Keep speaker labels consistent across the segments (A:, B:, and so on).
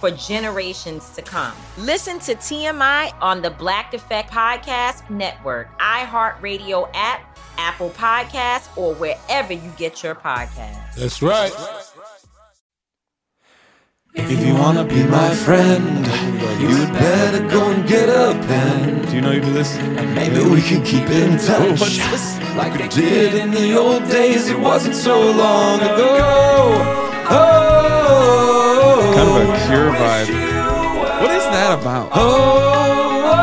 A: for generations to come. Listen to TMI on the Black Effect Podcast Network, iHeartRadio app, Apple Podcasts, or wherever you get your podcasts.
B: That's right.
C: If you wanna be my friend, you'd better go and get a pen.
D: Do you know you do this?
C: Maybe we can keep in touch. Like we did in the old days, it wasn't so long ago. Oh,
D: kind of a cure vibe. What is that about?
C: Oh, oh,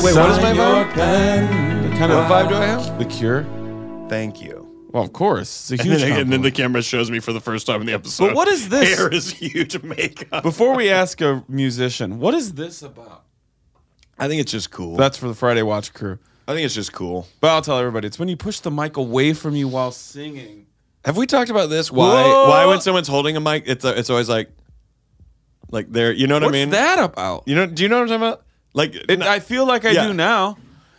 D: oh wait, what is my vibe? Pen, what kind of vibe do I have? The cure?
C: Thank you.
D: Well, of course.
E: And then, and then, the camera shows me for the first time in the episode.
D: But what is this?
E: Hair is huge makeup.
D: Before we ask a musician, what is this about?
E: I think it's just cool.
D: That's for the Friday Watch crew.
E: I think it's just cool.
D: But I'll tell everybody, it's when you push the mic away from you while singing.
E: Have we talked about this? Why? Whoa. Why when someone's holding a mic, it's a, it's always like, like there. You know what
D: What's
E: I mean?
D: that about?
E: You know? Do you know what I'm talking about? Like,
D: it, I feel like I yeah. do now.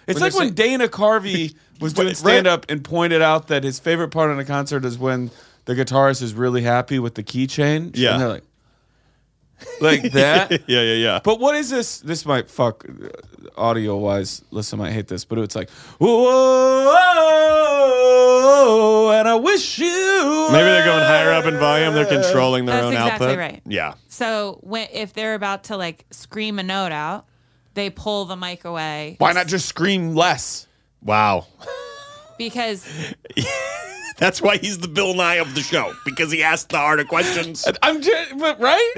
D: It's when like when saying, Dana Carvey was doing stand up and pointed out that his favorite part on a concert is when the guitarist is really happy with the key change.
E: Yeah.
D: And they're like, like that.
E: yeah, yeah, yeah.
D: But what is this? This might fuck audio wise. Listen, I hate this, but it's like, whoa, and I wish you.
E: Maybe they're going higher up in volume. They're controlling their
F: Uh, That's
E: own
F: exactly
E: output.
F: Right.
E: Yeah.
F: So when if they're about to like scream a note out, they pull the mic away.
D: Why not just scream less?
E: Wow.
F: Because
E: that's why he's the Bill Nye of the show because he asked the harder questions.
D: I'm just but right.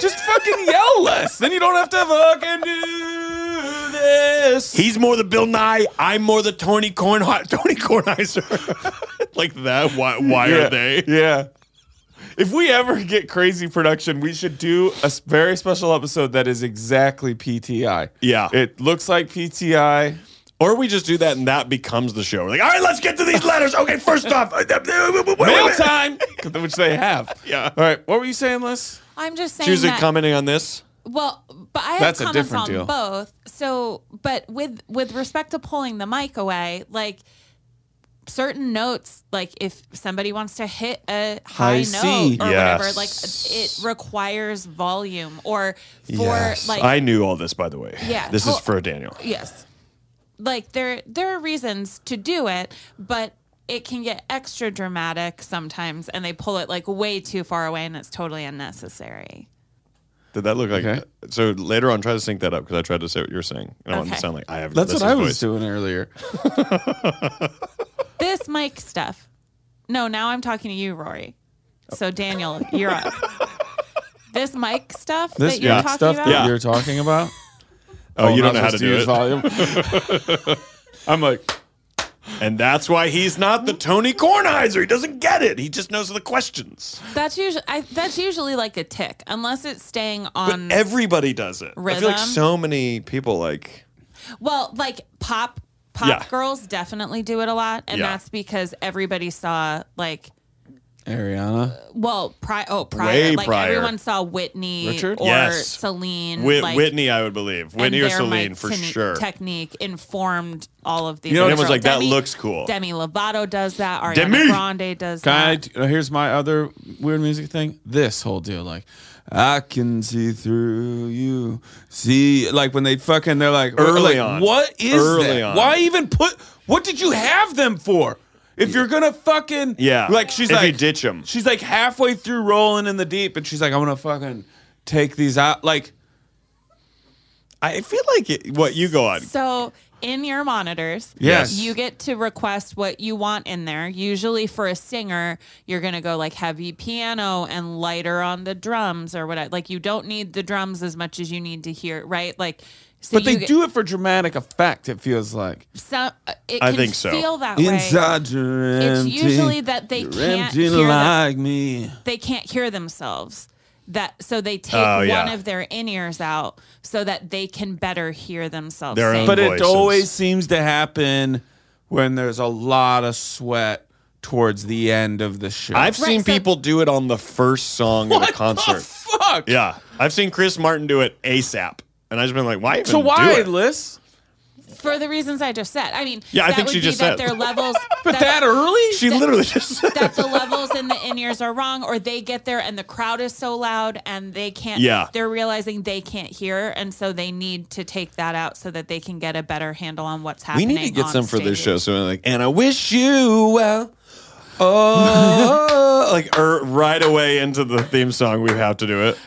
D: just fucking yell less, then you don't have to fucking do this.
E: He's more the Bill Nye. I'm more the Tony Corn Tony Cornizer. like that. Why? Why
D: yeah.
E: are they?
D: Yeah. If we ever get crazy production, we should do a very special episode that is exactly PTI.
E: Yeah.
D: It looks like PTI.
E: Or we just do that and that becomes the show. We're like, all right, let's get to these letters. Okay, first off, uh,
D: mail time, which they have.
E: Yeah.
D: All right. What were you saying, Liz?
F: I'm just saying.
E: She was
F: that,
E: commenting on this.
F: Well, but I have
D: That's a
F: comments
D: different
F: on
D: deal.
F: both. So, but with with respect to pulling the mic away, like certain notes, like if somebody wants to hit a high,
D: High C.
F: note or
E: Yes.
F: whatever, like it requires volume. Or for
E: yes.
F: like,
E: I knew all this, by the way.
F: Yeah.
E: This
F: Well-
E: is for Daniel.
F: yes, like there there are reasons to do it, but it can get extra dramatic sometimes, and they pull it like way too far away, and it's totally unnecessary.
E: Did that look like? uh,
D: Okay.
E: So later on, try to sync that up because I tried to say what you were saying. I don't want it to
F: Okay.
E: sound like I have.
D: That's
E: Liz's
D: what I was
E: voice.
D: doing earlier.
F: This mic stuff. No, now I'm talking to you, Rory. So Daniel, you're up. This mic stuff
D: This
F: that you're
D: yeah,
F: talking
D: stuff
F: about.
D: that
E: Yeah.
D: you're talking about.
E: Oh, you
D: I'm
E: don't
D: not
E: know how to
D: supposed
E: do
D: use
E: it.
D: Volume. I'm like,
E: and that's why he's not the Tony Kornheiser. He doesn't get it. He just knows the questions.
F: That's usually I, that's usually like a tick, unless it's staying on.
E: but everybody does it. I feel
F: rhythm.
E: like so many people like
F: well, like pop pop
E: Yeah.
F: girls definitely do it a lot, and
E: Yeah.
F: that's because everybody saw like
D: Ariana.
F: well, pri- oh prior,
E: Way
F: like
E: prior.
F: everyone saw Whitney
E: Richard?
F: or
E: Yes.
F: Celine.
E: Whit-
F: like,
E: Whitney. I would believe
F: and
E: Whitney or
F: their,
E: Celine
F: like,
E: for
F: techni-
E: sure.
F: Technique informed all of these.
E: You know,
F: other
E: everyone's
F: girls.
E: like, that
F: Demi-
E: looks cool.
F: Demi Lovato does that. Ariana
D: Demi!
F: Grande does that.
D: Can I, uh, here's my other weird music thing. This whole deal, like, I can see through you. See, like when they fucking, they're like
E: Early
D: like,
E: on.
D: What is
E: Early
D: that?
E: on.
D: Why even put? What did you have them for? If you're gonna fucking
E: Yeah.
D: like she's
E: If you
D: like
E: ditch 'em.
D: She's like halfway through rolling in the deep, and she's like, I'm gonna fucking take these out. Like,
E: I feel like it, what you go on.
F: So in your monitors,
E: Yes.
F: you get to request what you want in there. Usually for a singer, you're gonna go like heavy piano and lighter on the drums or whatever. Like you don't need the drums as much as you need to hear, right? Like, so
D: but they
F: you get-
D: do it for dramatic effect. It feels like.
F: So uh, it
D: I
F: can
D: think so.
F: Feel that way.
D: Inside you're
F: It's
D: empty.
F: usually that they
D: You're
F: can't
D: empty
F: hear the-
D: like me.
F: They can't hear themselves. That so they take
D: Oh, yeah.
F: one of their in ears out so that they can better hear themselves. sing.
D: but it oh, always seems to happen when there's a lot of sweat towards the end of the show.
E: I've seen people do it on the first song of a concert.
D: fuck?
E: Yeah, I've seen Chris Martin do it ASAP, and I've just been like, why? Even
D: So why,
E: do it?
D: Liz?
F: for the reasons I just said. I mean,
E: Yeah, I
F: that
E: think
F: would
E: she
F: be
E: just
F: that
E: said.
F: their levels.
D: But that early?
E: She literally just said
F: that the levels in the in ears are wrong, or they get there and the crowd is so loud and they can't.
E: Yeah.
F: they're realizing they can't hear, and so they need to take that out so that they can get a better handle on what's
E: We
F: happening.
E: need to get
F: on
E: some for this
F: stage.
E: show. So like, and I wish you well. Oh, like er, right away into the theme song, we have to do it.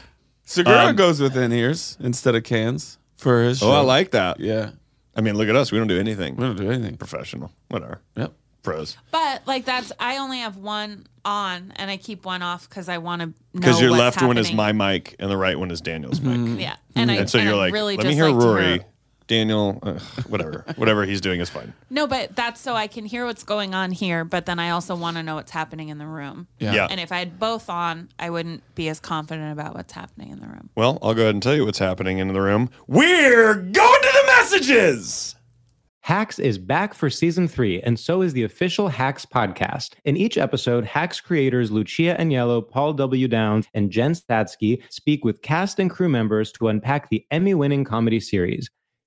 D: Segura
E: Um,
D: goes with in ears instead of cans for his show.
E: Oh, I like that.
D: Yeah.
E: I mean, look at us. We don't do anything. We
D: don't do anything.
E: Professional. Whatever.
D: Yep.
E: Pros.
F: But like that's, I only have one on, and I keep one off because I want to.
E: Because
F: Because
E: your left one is my mic and the right one is Daniel's mic.
D: Mm-hmm.
F: Yeah, and I
E: so
F: and
E: you're
F: I
E: like,
F: really
E: let
F: just
E: me hear
F: like to
E: Rory, Daniel, uh, whatever, whatever he's doing is fine.
F: No, but that's so I can hear what's going on here, but then I also want to know what's happening in the room.
E: Yeah. Yeah.
F: And if I had both on, I wouldn't be as confident about what's happening in the room.
E: Well, I'll go ahead and tell you what's happening in the room. We're going to the messages.
G: Hacks is back for season three, and so is the official Hacks podcast. In each episode, Hacks creators Lucia Agnello, Paul W. Downs, and Jen Statsky speak with cast and crew members to unpack the Emmy winning comedy series.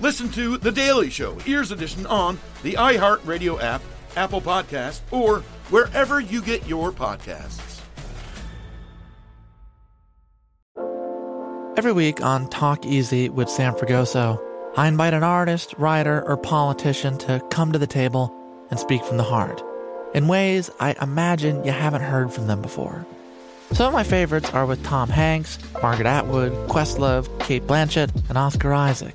H: Listen to The Daily Show, Ears Edition, on the iHeartRadio app, Apple Podcasts, or wherever you get your podcasts.
I: Every week on Talk Easy with Sam Fragoso, I invite an artist, writer, or politician to come to the table and speak from the heart in ways I imagine you haven't heard from them before. Some of my favorites are with Tom Hanks, Margaret Atwood, Questlove, Kate Blanchett, and Oscar Isaac.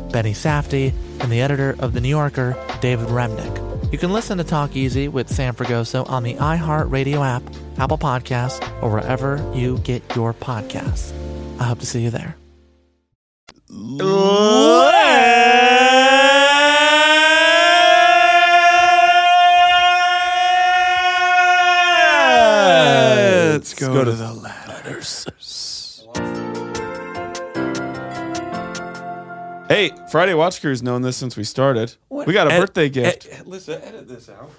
I: Benny Safdie, and the editor of The New Yorker, David Remnick. You can listen to Talk Easy with Sam Fragoso on the iHeartRadio app, Apple Podcasts, or wherever you get your podcasts. I hope to see you there.
E: Let's
D: go to the
E: ladders.
D: Hey, Friday Watch Crew's known this since we started. We got a
E: Ed-
D: birthday gift.
E: Ed- listen, edit this out.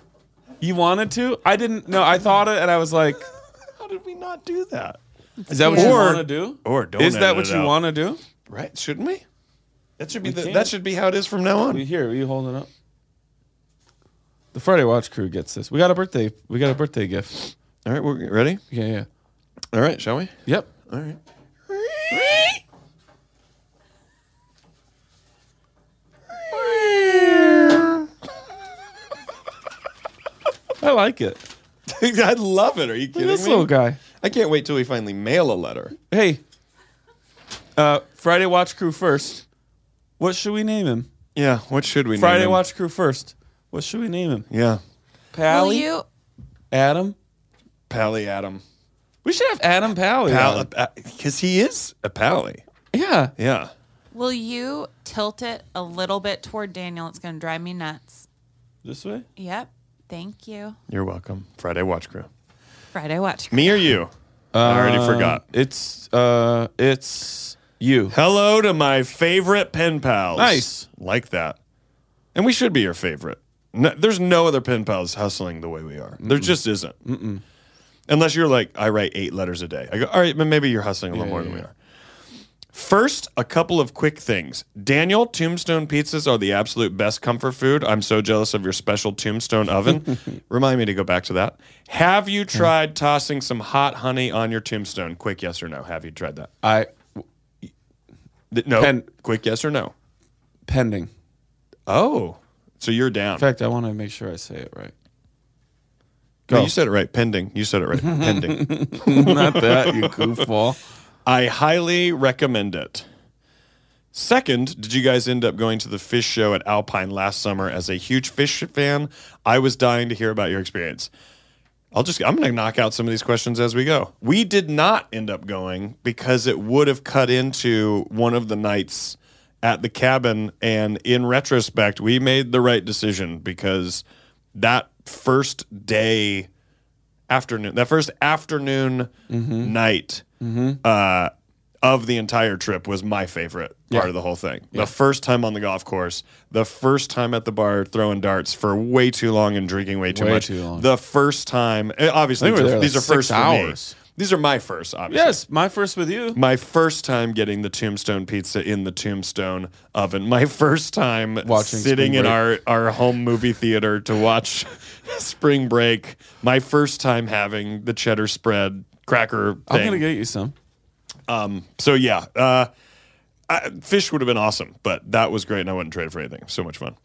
D: you wanted to? I didn't. No, I thought it, and I was like,
E: How did we not do that?
D: "Is that what you want to do?
E: Or don't
D: Is that
E: edit
D: what
E: it
D: you
E: out.
D: want to do?"
E: Right? Shouldn't we? That should be
D: We
E: the,
D: can.
E: that should be how it is from now on.
D: You here? Are you holding up? The Friday Watch Crew gets this. We got a birthday. We got a birthday gift.
E: All right, we're ready.
D: Yeah, yeah.
E: All right, shall we?
D: Yep.
E: All right.
D: I like it.
E: I love it. Are you kidding
D: this
E: me?
D: little guy.
E: I can't wait till we finally mail a letter.
D: Hey, uh, Friday Watch Crew first. What should we name him?
E: Yeah. What should we?
D: Friday
E: name him?
D: Watch Crew first. What should we name him?
E: Yeah.
F: Will
D: Pally
F: you?
D: Adam.
E: Pally Adam.
D: We should have Adam Pally. on.
E: Because he is a pally.
D: Yeah.
E: Yeah.
F: Will you tilt it a little bit toward Daniel? It's going to drive me nuts.
D: This way.
F: Yep. Thank you.
E: You're welcome. Friday Watch Crew.
F: Friday watch.
E: Me or you? I already
D: Uh,
E: forgot.
D: It's uh, it's you.
E: Hello to my favorite pen pals.
D: Nice.
E: Like that. And we should be your favorite. No, there's no other pen pals hustling the way we are. There just isn't.
D: Mm-mm.
E: Unless you're like, I write eight letters a day. I go, all right, but maybe you're hustling a little
D: Yeah,
E: more
D: yeah,
E: than we are. First, a couple of quick things. Daniel, tombstone pizzas are the absolute best comfort food. I'm so jealous of your special tombstone oven. Remind me to go back to that. Have you tried tossing some hot honey on your tombstone? Quick yes or no. Have you tried that?
D: I
E: Th- No.
D: Pen-
E: quick yes or no.
D: pending.
E: Oh, so you're down.
D: In fact, I want to make sure I say it right.
E: No,
D: go.
E: you said it right. Pending. You said it right. Pending.
D: Not that you goofball.
E: I highly recommend it. Second, did you guys end up going to the fish show at Alpine last summer as a huge fish fan? I was dying to hear about your experience. I'll just I'm going to knock out some of these questions as we go. We did not end up going because it would have cut into one of the nights at the cabin and in retrospect we made the right decision because that first day afternoon that first afternoon
D: Mm-hmm.
E: night uh, of the entire trip was my favorite part
D: Yeah.
E: of the whole thing.
D: Yeah.
E: The first time on the golf course, the first time at the bar throwing darts for way too long and drinking way too
D: Way
E: much.
D: too long.
E: The first time, eh, obviously,
D: I think we were there
E: these
D: like
E: are first
D: six
E: hours.
D: hours.
E: These are my first, obviously.
D: Yes, my first with you.
E: My first time getting the tombstone pizza in the tombstone oven. My first time
D: Watching
E: sitting
D: Spring
E: in
D: Break.
E: our, our home movie theater to watch Spring Break. My first time having the cheddar spread cracker thing.
D: I'm gonna get you some.
E: Um, so yeah, uh, I, fish would have been awesome, but that was great, and I wouldn't trade it for anything. So much fun.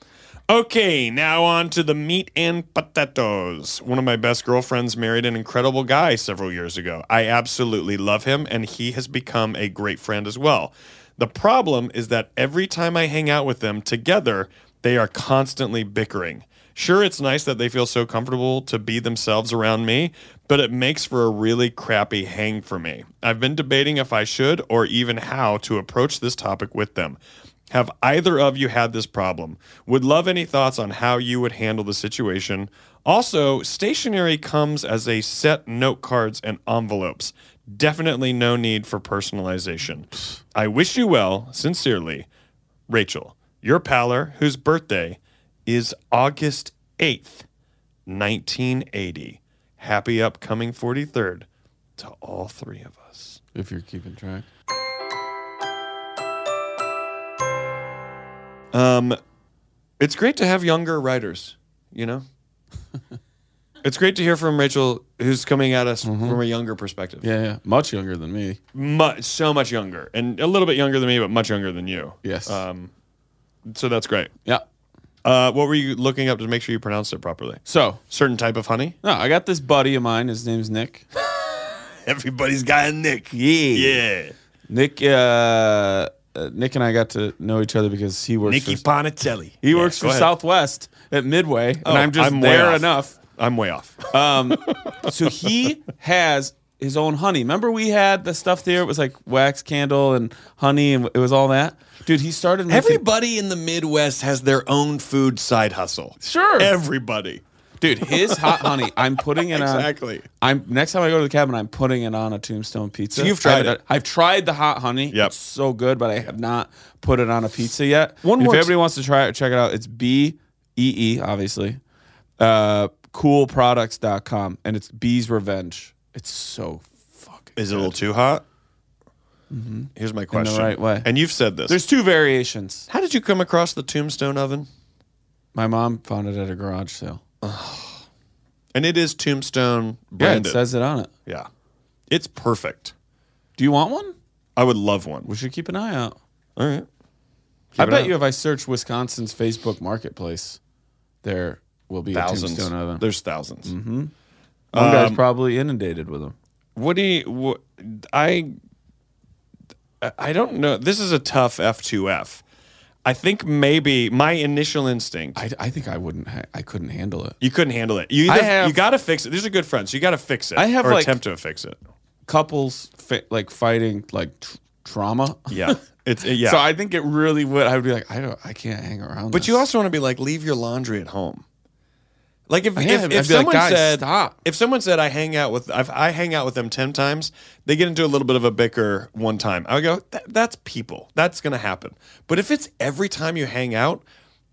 E: Okay, now on to the meat and potatoes. One of my best girlfriends married an incredible guy several years ago. I absolutely love him, and he has become a great friend as well. The problem is that every time I hang out with them together, they are constantly bickering. Sure, it's nice that they feel so comfortable to be themselves around me, but it makes for a really crappy hang for me. I've been debating if I should or even how to approach this topic with them. Have either of you had this problem? Would love any thoughts on how you would handle the situation. Also, stationery comes as a set note cards and envelopes. Definitely no need for personalization. I wish you well, sincerely, Rachel, your paler, whose birthday is August 8th, 1980. Happy upcoming 43rd to all three of us.
D: If you're keeping track.
E: Um, it's great to have younger writers, you know? it's great to hear from Rachel, who's coming at us from a younger perspective.
D: Mm-hmm. Yeah, yeah. Much younger than me.
E: Much, so much younger, and a little bit younger than me, but much younger than you.
D: Yes.
E: Um, so that's great.
D: Yeah.
E: Uh, what were you looking up to make sure you pronounced it properly?
D: So
E: Certain type of honey?
D: no, I got this buddy of mine. His name's Nick.
E: Everybody's got a Nick.
D: Yeah.
E: Yeah.
D: Nick uh, uh, Nick and I got to know each other because he works.
E: Nicky
D: for,
E: Ponitelli.
D: He works
E: go
D: for
E: ahead.
D: Southwest at Midway,
E: Oh,
D: and I'm just
E: I'm way
D: there
E: off.
D: enough.
E: I'm way off.
D: Um, so he has his own honey. Remember, we had the stuff there. It was like wax candle and honey, and it was all that. Dude, he started. Making,
E: Everybody in the Midwest has their own food side hustle.
D: Sure.
E: Everybody.
D: Dude, his hot honey. I'm putting it on.
E: Exactly.
D: I'm next time I go to the cabin. I'm putting it on a tombstone pizza.
E: So you've tried
D: I've,
E: it.
D: I've tried the hot honey.
E: Yep.
D: It's so good, but I have not put it on a pizza yet.
E: One
D: And
E: more
D: If
E: t-
D: everybody wants to try it, check it out. It's B E E, obviously. Uh, coolproducts.com, and it's Bee's Revenge. It's so fucking.
E: Is it a little too hot? Here's my question.
D: right way.
E: And you've said this.
D: There's two variations.
E: How did you come across the tombstone oven?
D: My mom found it at a garage sale.
E: And it is tombstone
D: Yeah,
E: branded.
D: it says it on it.
E: Yeah. It's perfect.
D: Do you want one?
E: I would love one.
D: We should keep an eye out.
E: All right.
D: I
E: Keep it
D: bet
E: up.
D: you if I search Wisconsin's Facebook Marketplace, there will be a
E: Thousands.
D: tombstone oven.
E: There's 1000s
D: hmm One guy's
E: Um,
D: probably inundated with them.
E: What do you? What, I I don't know. This is a tough F two F. I think maybe my initial instinct.
D: I, I think I wouldn't. Ha- I couldn't handle it.
E: you couldn't handle it. You
D: I
E: either,
D: have-
E: you got to fix it. These are good friends. So you got to fix it.
D: I have,
E: or
D: like-
E: attempt to fix it.
D: Couples fi- like fighting like tr- trauma.
E: Yeah, it's yeah.
D: So I think it really would. I would be like, I don't. I can't hang around.
E: but
D: this.
E: you also want to be like, leave your laundry at home. Like if
D: Yeah,
E: if,
D: I'd
E: if
D: be like,
E: someone
D: "Guys,
E: said
D: stop."
E: if someone said I hang out with I've, I hang out with them ten times, they get into a little bit of a bicker one time. I would go, "That- that's people. That's gonna happen. But if it's every time you hang out,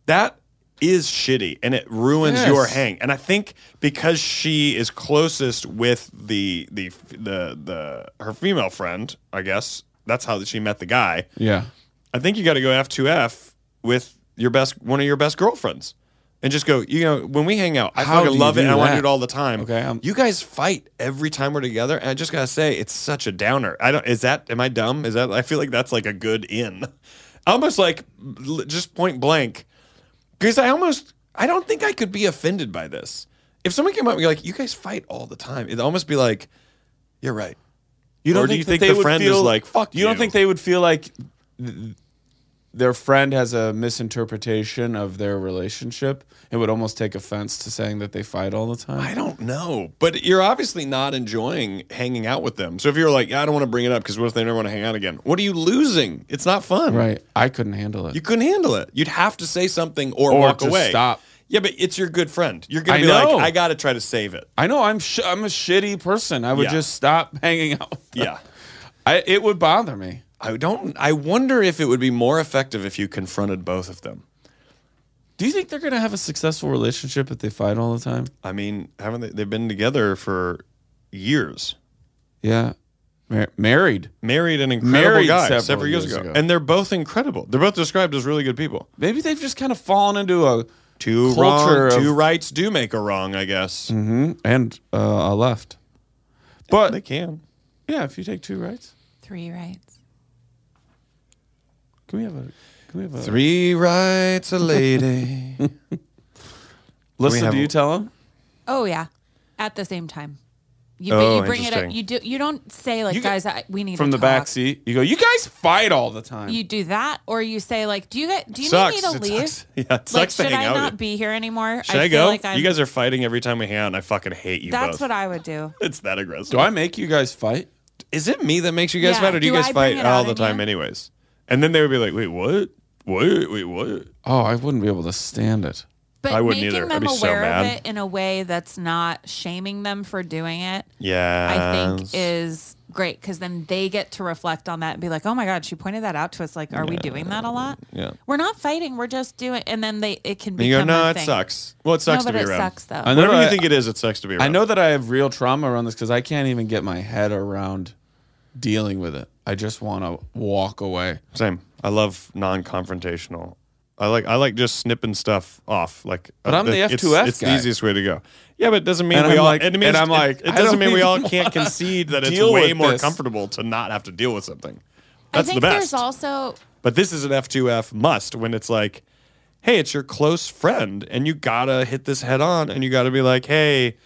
E: that is shitty and it ruins
D: Yes.
E: your hang. And I think because she is closest with the the the the her female friend, I guess that's how she met the guy.
D: Yeah.
E: I think you got to go F two F with your best one of your best girlfriends, and just go. You know, when we hang out, I
D: How do
E: fucking
D: you
E: love it.
D: do
E: and I want to
D: that?
E: do it all the time.
D: Okay, I'm-
E: you guys fight every time we're together, and I just gotta say, it's such a downer. I don't. Is that? Am I dumb? Is that? I feel like that's like a good in, almost like l- just point blank. Because I almost, I don't think I could be offended by this. If someone came up and be like, "You guys fight all the time," it'd almost be like, "You're right."
D: You
E: Or do you think the
D: would
E: friend is like, "Fuck
D: You, don't
E: you."
D: think they would feel like th- their friend has a misinterpretation of their relationship and would almost take offense to saying that they fight all the time?
E: I don't know, but you're obviously not enjoying hanging out with them. So if you're like, I don't want to bring it up because what if they never want to hang out again? What are you losing? It's not fun.
D: Right. I couldn't handle it.
E: You couldn't handle it. You'd have to say something or,
D: Or
E: walk
D: to
E: away.
D: stop.
E: Yeah, but it's your good friend. You're gonna
D: I
E: be
D: know.
E: like, I gotta try to save it.
D: I know I'm sh- I'm a shitty person. I would
E: Yeah.
D: just stop hanging out. with them.
E: Yeah.
D: I, it would bother me.
E: I don't I wonder if it would be more effective if you confronted both of them.
D: Do you think they're gonna have a successful relationship if they fight all the time?
E: I mean, haven't they they've been together for years.
D: Yeah, Mar- married.
E: Married an incredible
D: Married
E: guy several,
D: several
E: years,
D: years
E: ago.
D: ago.
E: And they're both incredible. They're both described as really good people.
D: Maybe they've just kind of fallen into a
E: Two
D: Culture
E: wrong,
D: of-
E: two rights do make a wrong, I guess.
D: Mhm. and uh, a left. But
E: They can.
D: yeah, if you take two rights,
F: Three rights.
D: can we have a can we have a
E: Three rights a lady.
D: Listen,
E: have
D: do you
E: a-
D: tell him?
F: Oh yeah, at the same time. You,
E: Oh,
F: but you bring it
E: interesting.
F: up. You do. You don't say like,
D: You get-
F: guys, I, we need
D: from
F: to
D: the back
F: talk."
D: seat. You go, you guys fight all the time.
F: You do that, or you say like, do you get? Do you
E: sucks.
F: need me to
E: It
F: leave?
E: sucks. Yeah, it
F: like,
E: sucks to
F: should I
E: hang out
F: not
E: with.
F: be here anymore?
E: Should I,
F: feel
E: go?
F: Like I'm,
E: you guys are fighting every time we hang out, and I fucking hate you
F: That's
E: both.
F: what I would do.
E: it's that aggressive.
D: do I make you guys fight?
E: Is it me that makes you guys
F: Yeah,
E: fight, or do,
F: do
E: you guys
F: I bring
E: fight
F: it
E: all
F: out
E: the
F: in
E: time,
F: you?
E: anyways? And then they would be like, "Wait, what? What? Wait, what?"
D: Oh, I wouldn't be able to stand it.
F: But
E: I wouldn't
F: making
E: either. I'd
F: them
E: be so
F: aware of
E: mad.
F: it in a way that's not shaming them for doing it,
E: Yeah,
F: I think is great because then they get to reflect on that and be like, "Oh my God, she pointed that out to us. Like, are we doing that a lot?
E: yeah.
F: we're not fighting. We're just doing." And then they it can
E: And
F: become
E: you go, "No,
F: a
E: it
F: thing."
E: sucks. Well, it sucks
F: no,
E: to
F: but
E: be
F: it
E: around.
F: sucks though.
D: I know
E: Whatever
D: that
E: you think it is, it sucks to be around.
D: I know that I have real trauma around this because I can't even get my head around dealing with it. I just want to walk away.
E: Same. I love non-confrontational. I like I like just snipping stuff off. Like,
D: But I'm the
E: it's-
D: F2F
E: It's the
D: guy.
E: easiest way to go. Yeah, but it doesn't mean
D: And
E: we
D: I'm
E: all.
D: like-
E: it means,
D: and I'm
E: it-
D: like,
E: it,
D: I
E: doesn't
D: don't
E: mean we all
D: even
E: can't
D: wanna
E: concede that it's
D: deal
E: way
D: with
E: more
D: this.
E: comfortable to not have to deal with something.
F: I
E: That's
F: think
E: the best.
F: there's also
E: but this is an F2F must when it's like, hey, it's your close friend, and you gotta hit this head on, and you gotta be like, hey,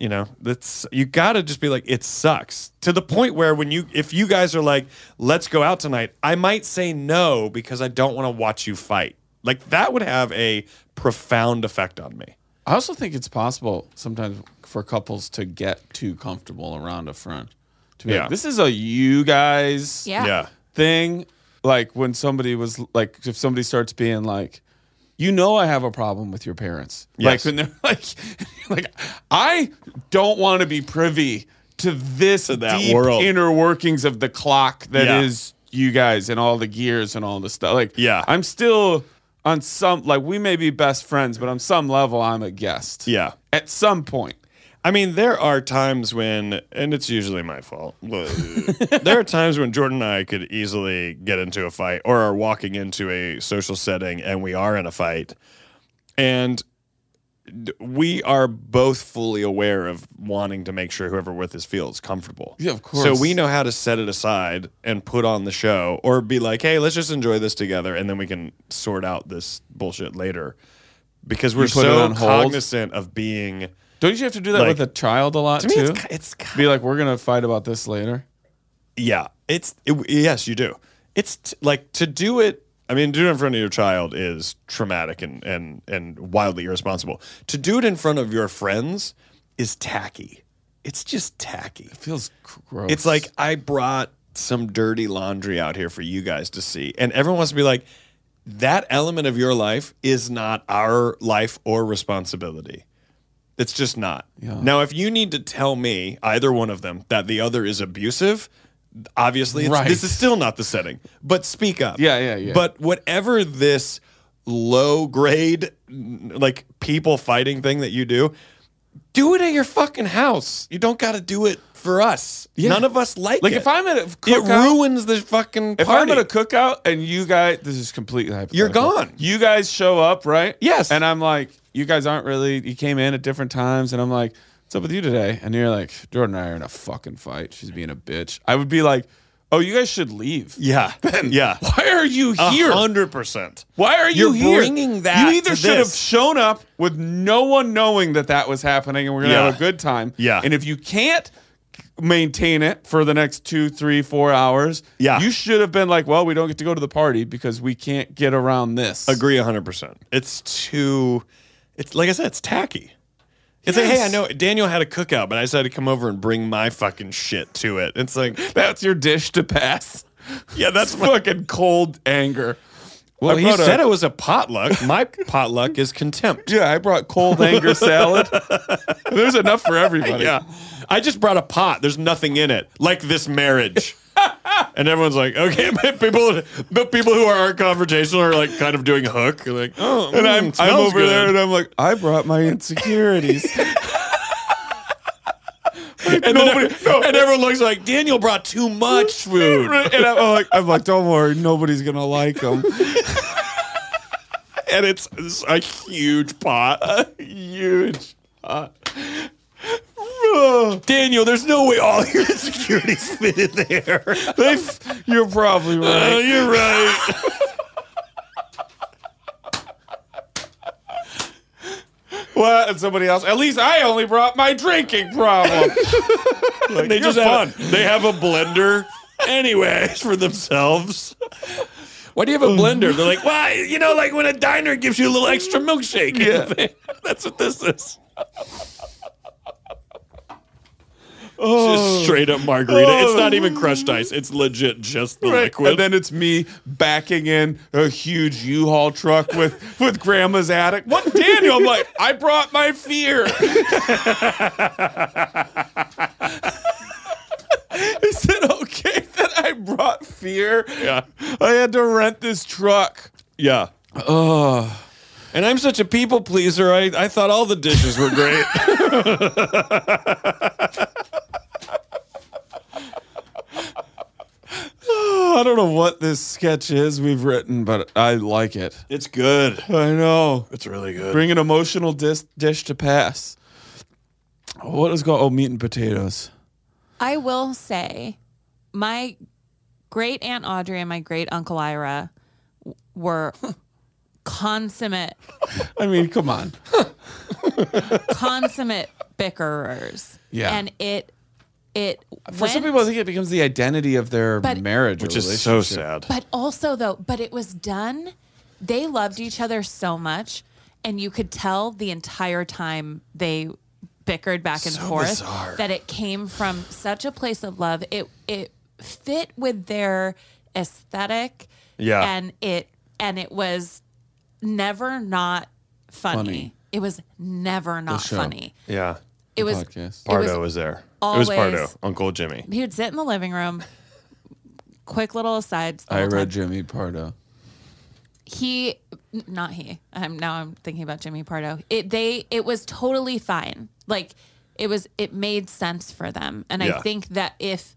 E: You know, that's you got to just be like, it sucks to the point where when you, if you guys are like, let's go out tonight, I might say no because I don't want to watch you fight. Like that would have a profound effect on me.
D: I also think it's possible sometimes for couples to get too comfortable around a friend. To be
E: Yeah.
D: like, this is a you guys
E: Yeah. Yeah.
D: thing. Like when somebody was like, if somebody starts being like, you know, I have a problem with your parents.
E: Yes.
D: Like when they're like, like I don't want to be privy to this
E: that
D: deep
E: world.
D: inner workings of the clock that is
E: Yeah.
D: you guys and all the gears and all the stuff. Like, yeah, I'm still on some like we may be best friends, but on some level, I'm a guest.
E: Yeah.
D: At some point.
E: I mean, there are times when, and it's usually my fault, but there are times when Jordan and I could easily get into a fight or are walking into a social setting and we are in a fight. And d- we are both fully aware of wanting to make sure whoever we're with us feels comfortable.
D: Yeah, of
E: So
D: course.
E: we know how to set it aside and put on the show or be like, hey, let's just enjoy this together and then we can sort out this bullshit later. Because
D: You
E: we're
D: put it
E: so
D: on hold?
E: cognizant of being.
D: Don't you have to do that
E: Like-
D: with a child a lot
E: To me,
D: too?
E: it's ki- it's
D: be like we're gonna fight about this later.
E: Yeah, it's it, yes, you do. It's t- like to do it. I mean, to do it in front of your child is traumatic and and and wildly irresponsible. To do it in front of your friends is tacky. It's just tacky. It
D: feels gross.
E: It's like I brought some dirty laundry out here for you guys to see, and everyone wants to be like, that element of your life is not our life or responsibility. It's just not.
D: Uh-huh.
E: Now, if you need to tell me, either one of them, that the other is abusive, obviously it's,
D: Right.
E: this is still not the setting, but speak up.
D: Yeah, yeah, yeah.
E: But whatever this low grade, n- like people fighting thing that you do, do it at your fucking house. You don't got to do it for us.
D: Yeah.
E: None of us like,
D: Like,
E: it.
D: if I'm at a
E: it
D: cookout-
E: ruins the fucking.
D: If
E: party.
D: I'm at a cookout and you guys, this is completely hypothetical.
E: You're gone.
D: You guys show up, right?
E: Yes.
D: And I'm like, you guys aren't really. You came in at different times, and I'm like, what's up with you today? And you're like, Jordan and I are in a fucking fight. She's being a bitch. I would be like, oh, you guys should leave.
E: Yeah. yeah.
D: Why are you
E: A
D: here?
E: hundred percent.
D: Why are you
E: You're
D: here?
E: bringing that
D: You either
E: to
D: should have
E: this.
D: shown up with no one knowing that that was happening, and we're gonna
E: Yeah.
D: have a good time.
E: Yeah.
D: And if you can't maintain it for the next two, three, four hours, yeah, you should have been like, well, we don't get to go to the party because we can't get around this.
E: Agree 100%. It's too, it's like I said, it's tacky. It's like, hey, I
D: Yes.
E: know Daniel had a cookout, but I decided to come over and bring my fucking shit to it. It's like,
D: That's your dish to pass.
E: yeah, that's my,
D: fucking cold anger.
E: well,
D: I
E: he
D: brought a-
E: said it was a potluck. My potluck is contempt.
D: Yeah, I brought cold anger salad. There's enough for everybody.
E: Yeah. I just brought a pot. There's nothing in it, like this marriage. and everyone's like, okay, but people, but people who aren't confrontational are like kind of doing hook. You're like, oh,
D: and I'm,
E: mm,
D: I'm
E: smells
D: over
E: good.
D: there and I'm like, I brought my insecurities.
E: and, nobody, and everyone looks like Daniel brought too much food.
D: and
E: oh.
D: I'm like, I'm like, don't worry, nobody's gonna like them.
E: and it's, it's a huge pot, a huge pot. Daniel, there's no way all your insecurities fit in there.
D: you're probably right.
E: Uh, you're right.
D: What? And somebody else. At least I only brought my drinking problem. Like,
E: they
D: you're
E: just have a, they have a blender, anyways, for themselves. Why do you have a blender? They're like, why? You know, like when a diner gives you a little extra milkshake.
D: Yeah.
E: that's what this is.
D: Oh.
E: Just straight up margarita. It's
D: Oh.
E: not even crushed ice. It's legit just the
D: Right.
E: liquid.
D: And then it's me backing in a huge U-Haul truck with with grandma's attic. What Daniel? I'm like, I brought my fear. Is it okay that I brought fear?
E: Yeah.
D: I had to rent this truck.
E: yeah.
D: Oh.
E: And I'm such a people pleaser. I, I thought all the dishes were great.
D: I don't know what this sketch is we've written, but I like it.
E: it's good.
D: I know.
E: It's really good.
D: Bring an emotional dis- dish to pass. What is called? Oh, meat and potatoes.
F: I will say, my great aunt Audrey and my great uncle Ira w- were consummate
D: I mean, come on.
F: consummate bickerers.
D: Yeah.
F: And it it
D: For some
F: went-
D: people, I think it becomes the identity of their
F: But-
D: marriage, or
E: Which is so
D: relationship.
F: But also though, but it was done. They loved each other so much, and you could tell the entire time they bickered back and
J: So
F: forth
J: bizarre.
F: that it came from such a place of love. It it fit with their aesthetic.
E: Yeah.
F: And it and it was never not funny.
E: Funny.
F: It was never not funny.
E: Yeah.
F: It The was- podcast. it
E: Pardo
F: was
E: was, there.
F: always-
E: it was Pardo, Uncle Jimmy.
F: He would sit in the living room. Quick little asides. the
D: I
F: whole time.
D: read Jimmy Pardo.
F: he n- not he i'm now i'm thinking about jimmy pardo it they it was totally fine like it was it made sense for them and i
J: Yeah.
F: think that if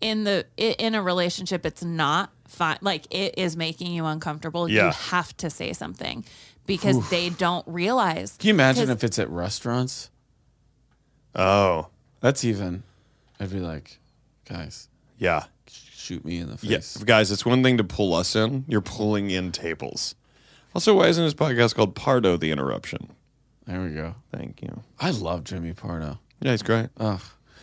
F: in the i- in a relationship it's not fine like it is making you uncomfortable you
D: Yeah.
F: have to say something because
D: Oof.
F: they don't realize
D: Can you imagine
F: 'Cause-
D: if it's at restaurants? Oh, that's even. I'd be like, guys,
E: Yeah.
D: shoot me in the face.
E: Yes. Guys, it's one thing to pull us in. You're pulling in tables. Also, why isn't this podcast called Pardo the Interruption?
D: There we go.
E: Thank you.
D: I love Jimmy Pardo.
E: Yeah, he's great.
D: Ugh.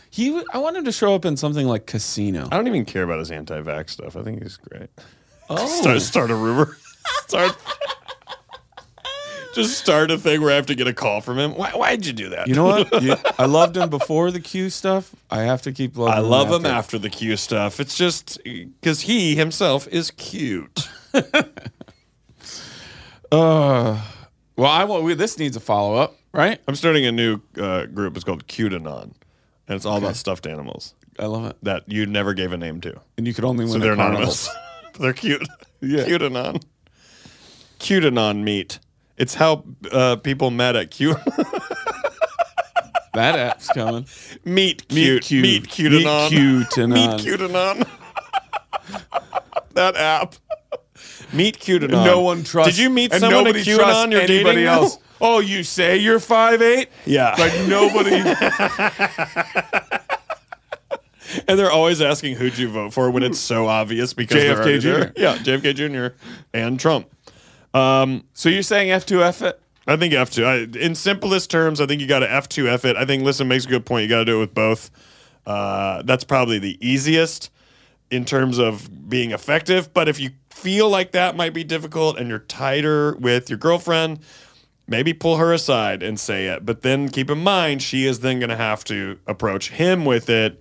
D: He, w- I want him to show up in something like Casino.
E: I don't even care about his anti-vax stuff. I think he's great.
D: Oh.
E: Start, start a rumor. start. Just start a thing where I have to get a call from him. Why, why'd you do that?
D: You know what? You- I loved him before the Q stuff. I have to keep loving.
E: I love him
D: after.
E: after the Q stuff. It's just because he himself is cute.
D: Uh, well, I want. we- This needs a follow up, right?
E: I'm starting a new uh, group. It's called Cutanon, and it's all about stuffed animals.
D: I love it
E: that you never gave a name to,
D: and you could only win.
E: so
D: at
E: they're
D: carnivals.
E: anonymous. they're cute.
D: Yeah.
E: Cutanon. Cutanon meat. It's how uh, people met at Q.
D: that app's coming.
E: Meat
D: Meet
E: cute. Meet
D: Q-
E: Cutanon.
D: Meet Cutanon.
E: Meet Cutanon. that app. Meet Cutanon.
D: No one trusts.
E: Did you meet
D: and
E: someone at
D: nobody trusts
E: Cutanon? You're
D: anybody
E: dating now?
D: else. Oh, you say you're five eight?
E: Yeah.
D: Like nobody.
E: And they're always asking who'd you vote for when it's so obvious because they're
D: JFK
E: already there.
D: Jr..
E: Yeah, JFK Jr. and Trump. Um,
D: so you're saying F two F it?
E: I think F two. I, in simplest terms, I think you got to F two F it. I think listen makes a good point. You got to do it with both. Uh, that's probably the easiest in terms of being effective. But if you feel like that might be difficult and you're tighter with your girlfriend, maybe pull her aside and say it. But then keep in mind she is then going to have to approach him with it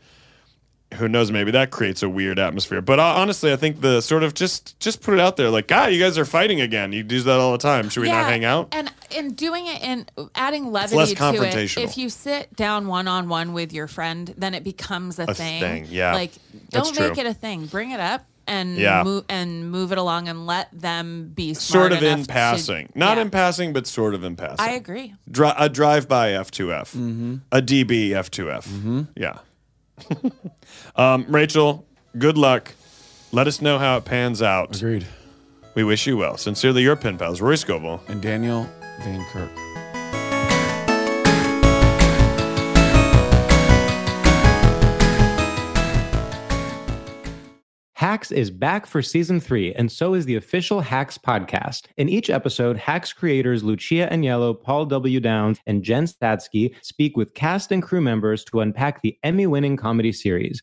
E: who knows maybe that creates a weird atmosphere but uh, honestly i think the sort of just just put it out there like god you guys are fighting again you do that all the time should we
F: Yeah,
E: not hang out
F: And and doing it and adding levity
E: less
F: to it.
E: confrontational.
F: If you sit down one on one with your friend, then it becomes a,
E: A
F: thing.
E: thing, yeah.
F: Like
E: That's
F: don't make
E: true.
F: it a thing. Bring it up and
E: Yeah.
F: move and move it along and let them be smart
E: sort of
F: enough
E: in
F: to-
E: passing not in passing but sort of in passing
F: I agree.
E: Dri- a drive by F2F,
D: Mm-hmm.
E: a DB F2F. Yeah. um, Rachel, good luck. Let us know how it pans out.
D: Agreed.
E: We wish you well. Sincerely, your pen pals, Roy Scoble.
D: And Daniel Van Kirk.
G: Hacks is back for season three, and so is the official Hacks podcast. In each episode, Hacks creators Lucia Agnello, Paul W. Downs, and Jen Statsky speak with cast and crew members to unpack the Emmy winning comedy series.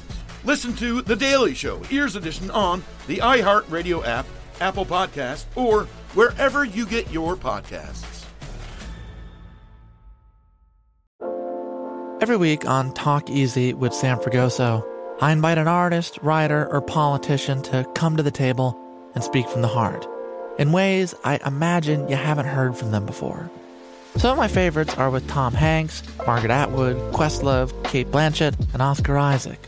H: Listen to The Daily Show, Ears Edition, on the iHeartRadio app, Apple Podcasts, or wherever you get your podcasts.
I: Every week on Talk Easy with Sam Fragoso, I invite an artist, writer, or politician to come to the table and speak from the heart in ways I imagine you haven't heard from them before. Some of my favorites are with Tom Hanks, Margaret Atwood, Questlove, Kate Blanchett, and Oscar Isaac.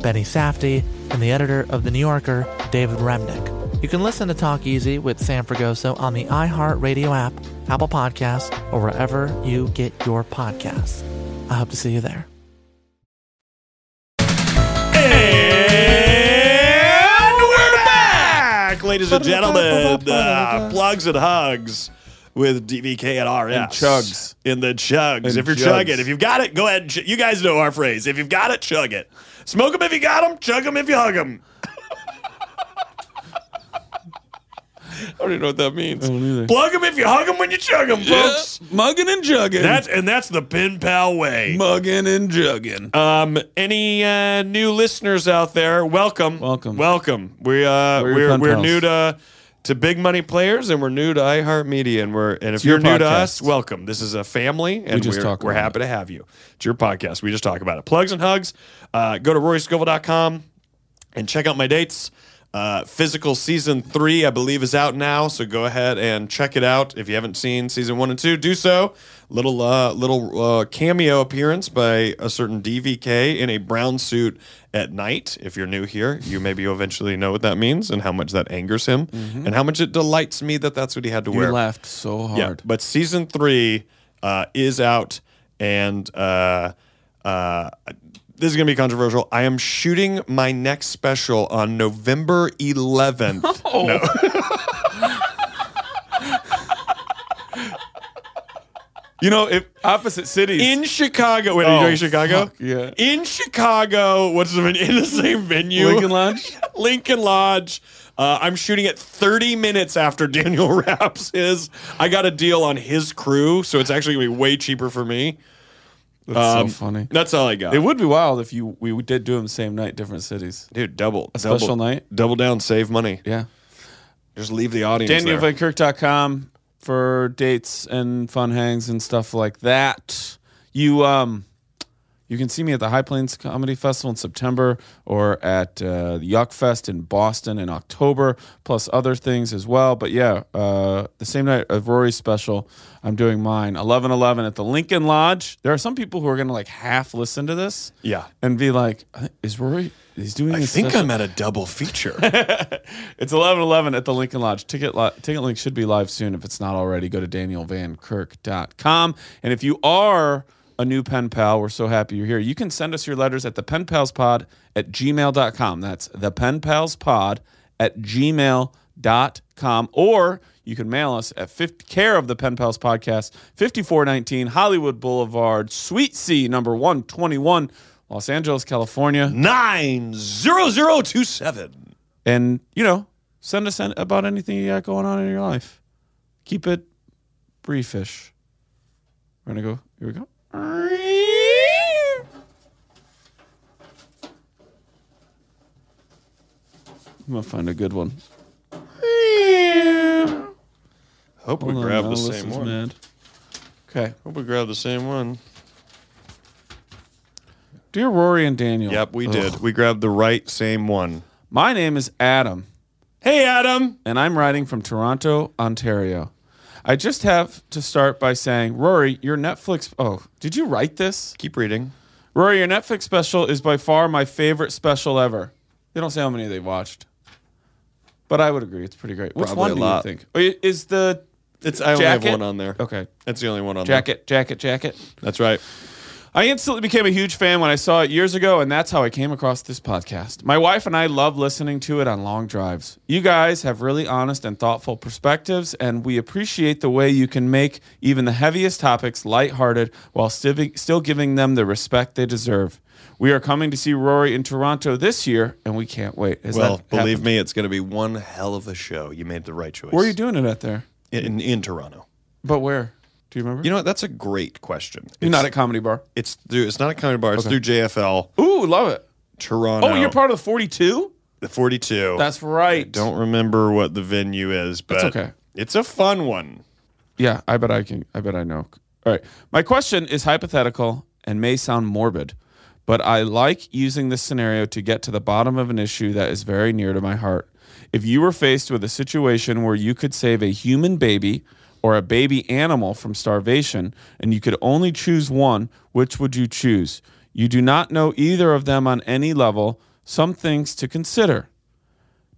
I: Benny Safdie, and the editor of The New Yorker, David Remnick. You can listen to Talk Easy with Sam Fragoso on the iHeartRadio app, Apple Podcasts, or wherever you get your podcasts. I hope to see you there.
E: And we're back, ladies and gentlemen. Uh, plugs and hugs with DVK and RS.
D: And chugs.
E: In the chugs.
D: And
E: if you're
D: chugs.
E: chugging, if you've got it, go ahead. and Ch- you guys know our phrase. If you've got it, chug it. Smoke them if you got them, chug them if you hug them.
D: I don't even know what that means.
E: Plug them if you hug them when you chug them,
D: Yeah,
E: folks.
D: Mugging and jugging.
E: That's and that's the pen pal way.
D: mugging and jugging.
E: Um, any uh, new listeners out there? Welcome, welcome, welcome. We uh,
D: your
E: we're
D: pen
E: we're
D: pals.
E: new to to big money players, and we're new to iHeartMedia, and we're and if
D: It's your
E: you're new to
D: podcast.
E: us, welcome. This is a family, and we
D: just
E: are
D: talk
E: we're
D: about
E: happy to have you. It's your podcast. We just talk about it. Plugs and hugs. Uh, go to RoryScoville.com and check out my dates. Uh, physical season three, I believe, is out now, so go ahead and check it out. If you haven't seen season one and two, do so. Little uh, little uh, cameo appearance by a certain DVK in a brown suit at night. If you're new here, you maybe you'll eventually know what that means and how much that angers him,
D: Mm-hmm.
E: and how much it delights me that that's what he had to
D: You
E: wear.
D: laughed so hard.
E: Yeah, but season three uh, is out, and uh, uh, this is going to be controversial. I am shooting my next special on November 11th.
D: Oh.
E: No.
D: You know, if opposite cities
E: in Chicago. Wait, are you
D: Oh,
E: doing Chicago?
D: fuck, yeah.
E: In Chicago, what's the, in the same venue?
D: Lincoln Lodge?
E: Lincoln Lodge. Uh, I'm shooting it 30 minutes after Daniel wraps his. I got a deal on his crew, so it's actually going to be way cheaper for me.
D: That's so
E: Um,
D: funny.
E: That's all I got.
D: It would be wild if you we did do them same night, different cities.
E: Dude, double.
D: A
E: double-
D: special night?
E: Double down, save money.
D: Yeah.
E: Just leave the audience. there.
D: DanielVankirk.com for dates and fun hangs and stuff like that. You um, you can see me at the High Plains Comedy Festival in September or at uh, the Yuck Fest in Boston in October, plus other things as well. But yeah, uh, the same night of Rory's special, I'm doing mine 11 11 at the Lincoln Lodge. There are some people who are going to like half listen to this.
E: Yeah.
D: And be like, is Rory, he's doing
E: I
D: this
E: think
D: special?
E: I'm at a double feature.
D: It's 11:11 at the Lincoln Lodge. Ticket li- ticket link should be live soon if it's not already. Go to danielvankirk.com and if you are a new pen pal, we're so happy you're here. You can send us your letters at thepenpalspod at gmail.com. That's thepenpalspod at gmail.com. Or you can mail us at 50, care of the Pen Pals Podcast, 5419 Hollywood Boulevard, Suite C, number 121, Los Angeles, California.
E: 90027.
D: and you know send us an- about anything you got going on in your life keep it briefish we're gonna go here we go i'm gonna find a good one
E: Hope we
D: Hold on,
E: grab the
D: Alice
E: same
D: is
E: one.
D: mad. okay
E: Hope we grab the same one.
D: dear rory and daniel
E: Yep, we
D: Ugh.
E: did. We grabbed the right same one.
D: my name is adam
E: Hey, Adam.
D: and I'm writing from Toronto, Ontario. I just have to start by saying, Rory, your Netflix. Oh, did you write this?
E: Keep reading.
D: Rory, your Netflix special is by far my favorite special ever. They don't say how many they've watched, but I would agree. It's pretty great. Which
E: Probably
D: one
E: a
D: do
E: lot.
D: you think? I- Is the
E: It's I only have
D: Jacket?
E: one on there.
D: okay
E: That's the only one on
D: jacket, jacket, jacket?
E: there. That's right.
D: I instantly became a huge fan when I saw it years ago, and that's how I came across this podcast. My wife and I love listening to it on long drives. You guys have really honest and thoughtful perspectives, and we appreciate the way you can make even the heaviest topics lighthearted while stiv- still giving them the respect they deserve. We are coming to see Rory in Toronto this year, and we can't wait. Has
E: well,
D: that
E: believe
D: happened?
E: me, it's going to be one hell of a show. You made the right choice.
D: Where are you doing it at there?
E: in, in Toronto.
D: But where? Do you remember?
E: You know what? That's a great question.
D: You're not at Comedy Bar.
E: It's through. It's not a comedy bar. It's
D: Okay.
E: through JFL.
D: Ooh, love it.
E: Toronto.
D: Oh, you're part of the 42?
E: the 42.
D: That's right.
E: Don't remember what the venue is, but
D: That's okay.
E: It's a fun one.
D: Yeah, I bet I can. I bet I know. All right. My question is hypothetical and may sound morbid, but I like using this scenario to get to the bottom of an issue that is very near to my heart. If you were faced with a situation where you could save a human baby or a baby animal from starvation and you could only choose one, which would you choose? You do not know either of them on any level. Some things to consider.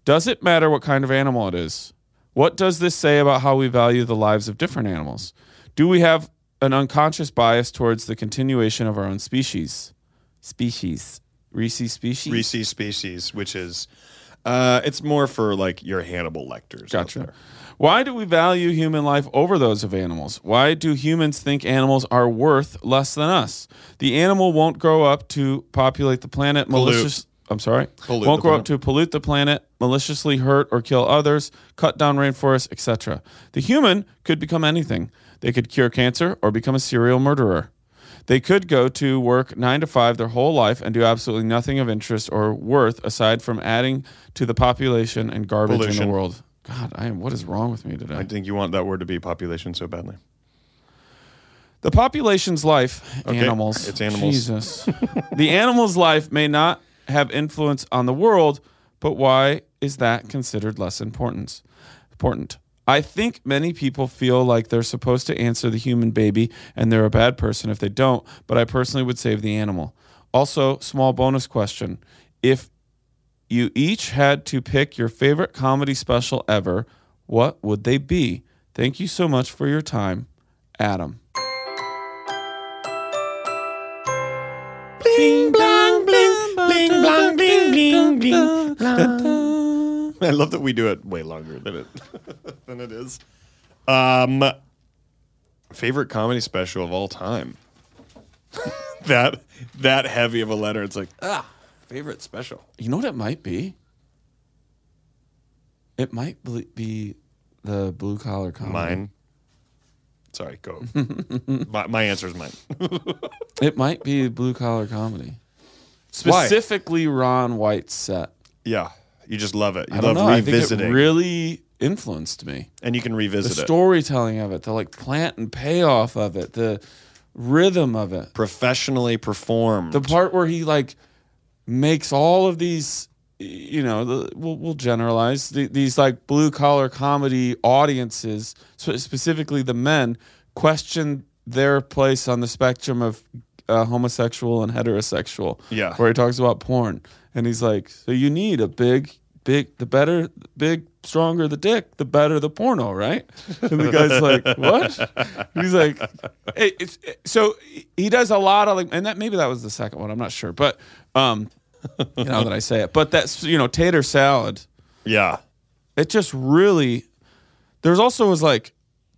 D: Does it matter what kind of animal it is? What does this say about how we value the lives of different animals? Do we have an unconscious bias towards the continuation of our own species? Species. Reese species.
E: Reese species, which is, uh, it's more for like your Hannibal Lecters.
D: Gotcha. Why do we value human life over those of animals? Why do humans think animals are worth less than us? The animal won't grow up to populate the planet
E: Pollute.
D: malicious. I'm sorry.
E: Pollute
D: won't
E: the
D: grow up
E: planet.
D: to pollute the planet, maliciously hurt or kill others, cut down rainforests, etc. The human could become anything. They could cure cancer or become a serial murderer. They could go to work nine to five their whole life and do absolutely nothing of interest or worth aside from adding to the population and garbage in
E: Pollution.
D: the world. God, I am. What is wrong with me today?
E: I think you want that word to be population so badly.
D: The population's life,
E: Okay.
D: animals.
E: It's animals.
D: Jesus. the animal's life may not have influence on the world, but why is that considered less important? Important. I think many people feel like they're supposed to answer the human baby and they're a bad person if they don't, but I personally would save the animal. Also, small bonus question. If you each had to pick your favorite comedy special ever, what would they be? Thank you so much for your time, Adam.
E: Bling, bling, bling, bling, bling, bling, bling, bling, I love that we do it way longer than it than it is. Um, favorite comedy special of all time. that that heavy of a letter. It's like ah, favorite special.
D: You know what it might be? It might bl- be the blue collar comedy.
E: Mine. Sorry, go. my, my answer is mine.
D: It might be blue collar comedy.
E: Why?
D: Specifically, Ron White's set.
E: Yeah, you just love it. You
D: I don't
E: love
D: know. I think it
E: revisiting.
D: really influenced me.
E: and you can
D: The
E: revisit it.
D: storytelling of it, the like plant and payoff of it, the rhythm of it.
E: Professionally performed.
D: The part where he like makes all of these, you know, the, we'll, we'll generalize the, these like blue collar comedy audiences, spe- specifically the men, question their place on the spectrum of uh, homosexual and heterosexual.
E: Yeah.
D: where he talks about porn and he's like, so you need a big. Big, the better, big, stronger the dick, the better the porno, right? And the guy's like, "What?" He's like, it, it's it- so he does a lot of like, and that maybe that was the second one. I'm not sure, but um, you know that I say it, but that's you know tater salad.
E: Yeah,
D: it just really. There's also was like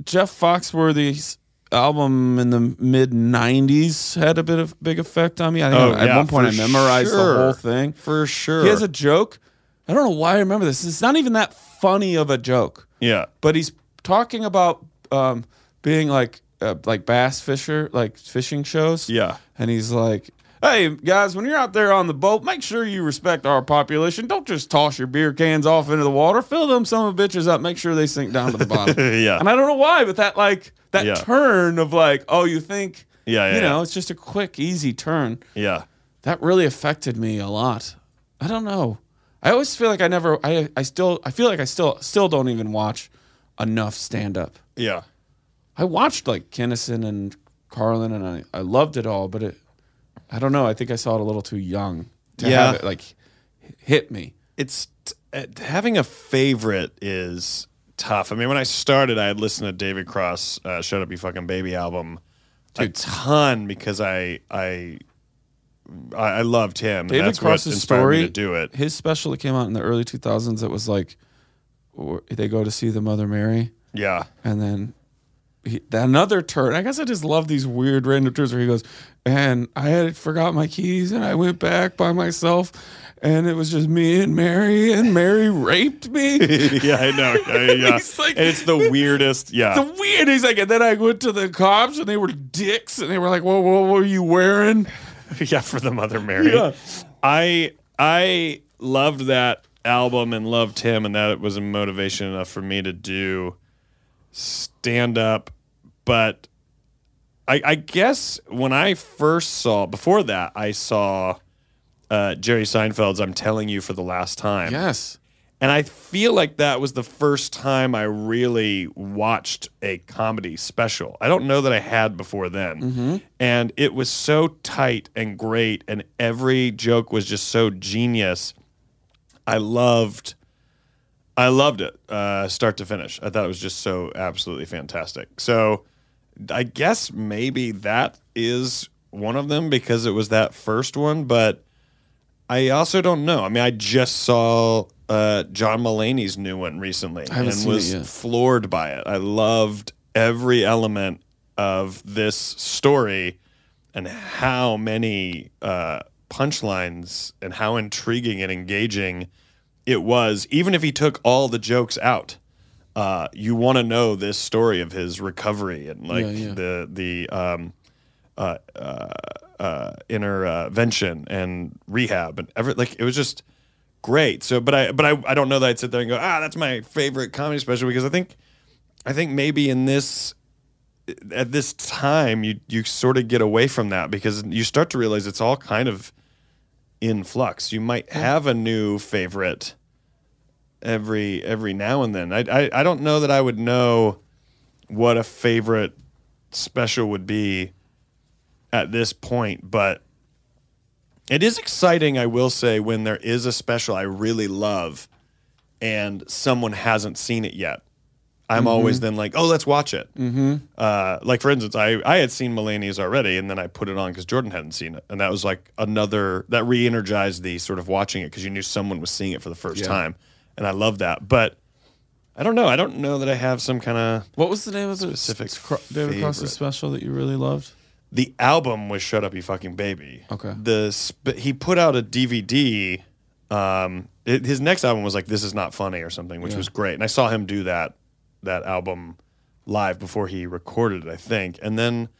D: Jeff Foxworthy's album in the mid '90s had a bit of big effect on me. I think
E: Oh,
D: at
E: yeah,
D: one point I
E: for
D: memorized
E: sure.
D: the whole thing
E: for sure.
D: He has a joke. I don't know why I remember this. It's not even that funny of a joke
E: yeah.
D: but he's talking about um, being like uh, like bass fisher, like fishing shows.
E: Yeah.
D: and he's like, "Hey guys, when you're out there on the boat, make sure you respect our population. Don't just toss your beer cans off into the water. Fill them some of bitches up. Make sure they sink down to the bottom."
E: Yeah.
D: and I don't know why, but that like that
E: Yeah.
D: turn of like, oh, you think,
E: Yeah, yeah,
D: you know,
E: yeah.
D: it's just a quick, easy turn
E: Yeah.
D: that really affected me a lot. I don't know. I always feel like I never. I I still. I feel like I still still don't even watch enough stand up.
E: Yeah.
D: I watched like Kinnison and Carlin, and I I loved it all, but it. I don't know. I think I saw it a little too young to
E: Yeah.
D: have it like h- hit me.
E: It's t- uh, having a favorite is tough. I mean, when I started, I had listened to David Cross' uh, "Shut Up You Fucking Baby" album a ton because I I I, I loved him.
D: David
E: That's what
D: Cross's
E: inspired
D: story
E: me to do it.
D: His special that came out in the early 2000s. It was like wh- they go to see the Mother Mary.
E: Yeah.
D: and then he, another turn. I guess I just love these weird random turns where he goes, and I had forgot my keys, and I went back by myself, and it was just me and Mary, and Mary raped me.
E: yeah, I know. Yeah, yeah, yeah.
D: He's like-
E: and it's the weirdest. Yeah.
D: It's weird. He's like, and then I went to the cops, and they were dicks, and they were like, "Whoa, whoa, what were you wearing?"
E: yeah, for the Mother Mary.
D: Yeah.
E: I I loved that album and loved him, and that was a motivation enough for me to do stand up. But I, I guess when I first saw before that, I saw uh, Jerry Seinfeld's "I'm Telling You for the Last Time."
D: Yes.
E: And I feel like that was the first time I really watched a comedy special. I don't know that I had before then. And it was so tight and great, and every joke was just so genius. I loved, I loved it, uh, start to finish. I thought it was just so absolutely fantastic. So, I guess maybe that is one of them because it was that first one, but I also don't know. I mean, I just saw uh, John Mulaney's new one recently
D: haven't
E: and
D: seen it
E: was
D: yet.
E: floored by it. I loved every element of this story and how many uh, punchlines and how intriguing and engaging it was, even if he took all the jokes out. Uh, you want to know this story of his recovery and like
D: Yeah, yeah.
E: the the um, uh, uh, uh, intervention and rehab and every like it was just great. So, but I but I, I don't know that I'd sit there and go ah that's my favorite comedy special because I think I think maybe in this at this time you you sort of get away from that because you start to realize it's all kind of in flux. You might have a new favorite every every now and then. I I, I don't know that I would know what a favorite special would be at this point, but it is exciting, I will say, when there is a special I really love and someone hasn't seen it yet. I'm
D: Mhm.
E: always then like, oh, let's watch it.
D: Mm-hmm.
E: Uh, like for instance, I I had seen Mulaney's already, and then I put it on because Jordan hadn't seen it, and that was like another that re-energized the sort of watching it because you knew someone was seeing it for the first
D: Yeah.
E: time, and I love that. But I don't know. I don't know that I have some kind of
D: What was the name of the
E: specific
D: David
E: favorite.
D: Cross's special that you really loved?
E: The album was "Shut Up, You Fucking Baby."
D: Okay.
E: The sp- he put out a DVD. Um, it- his next album was like "This Is Not Funny" or something, which
D: Yeah.
E: was great, and I saw him do that that album live before he recorded it, I think. And then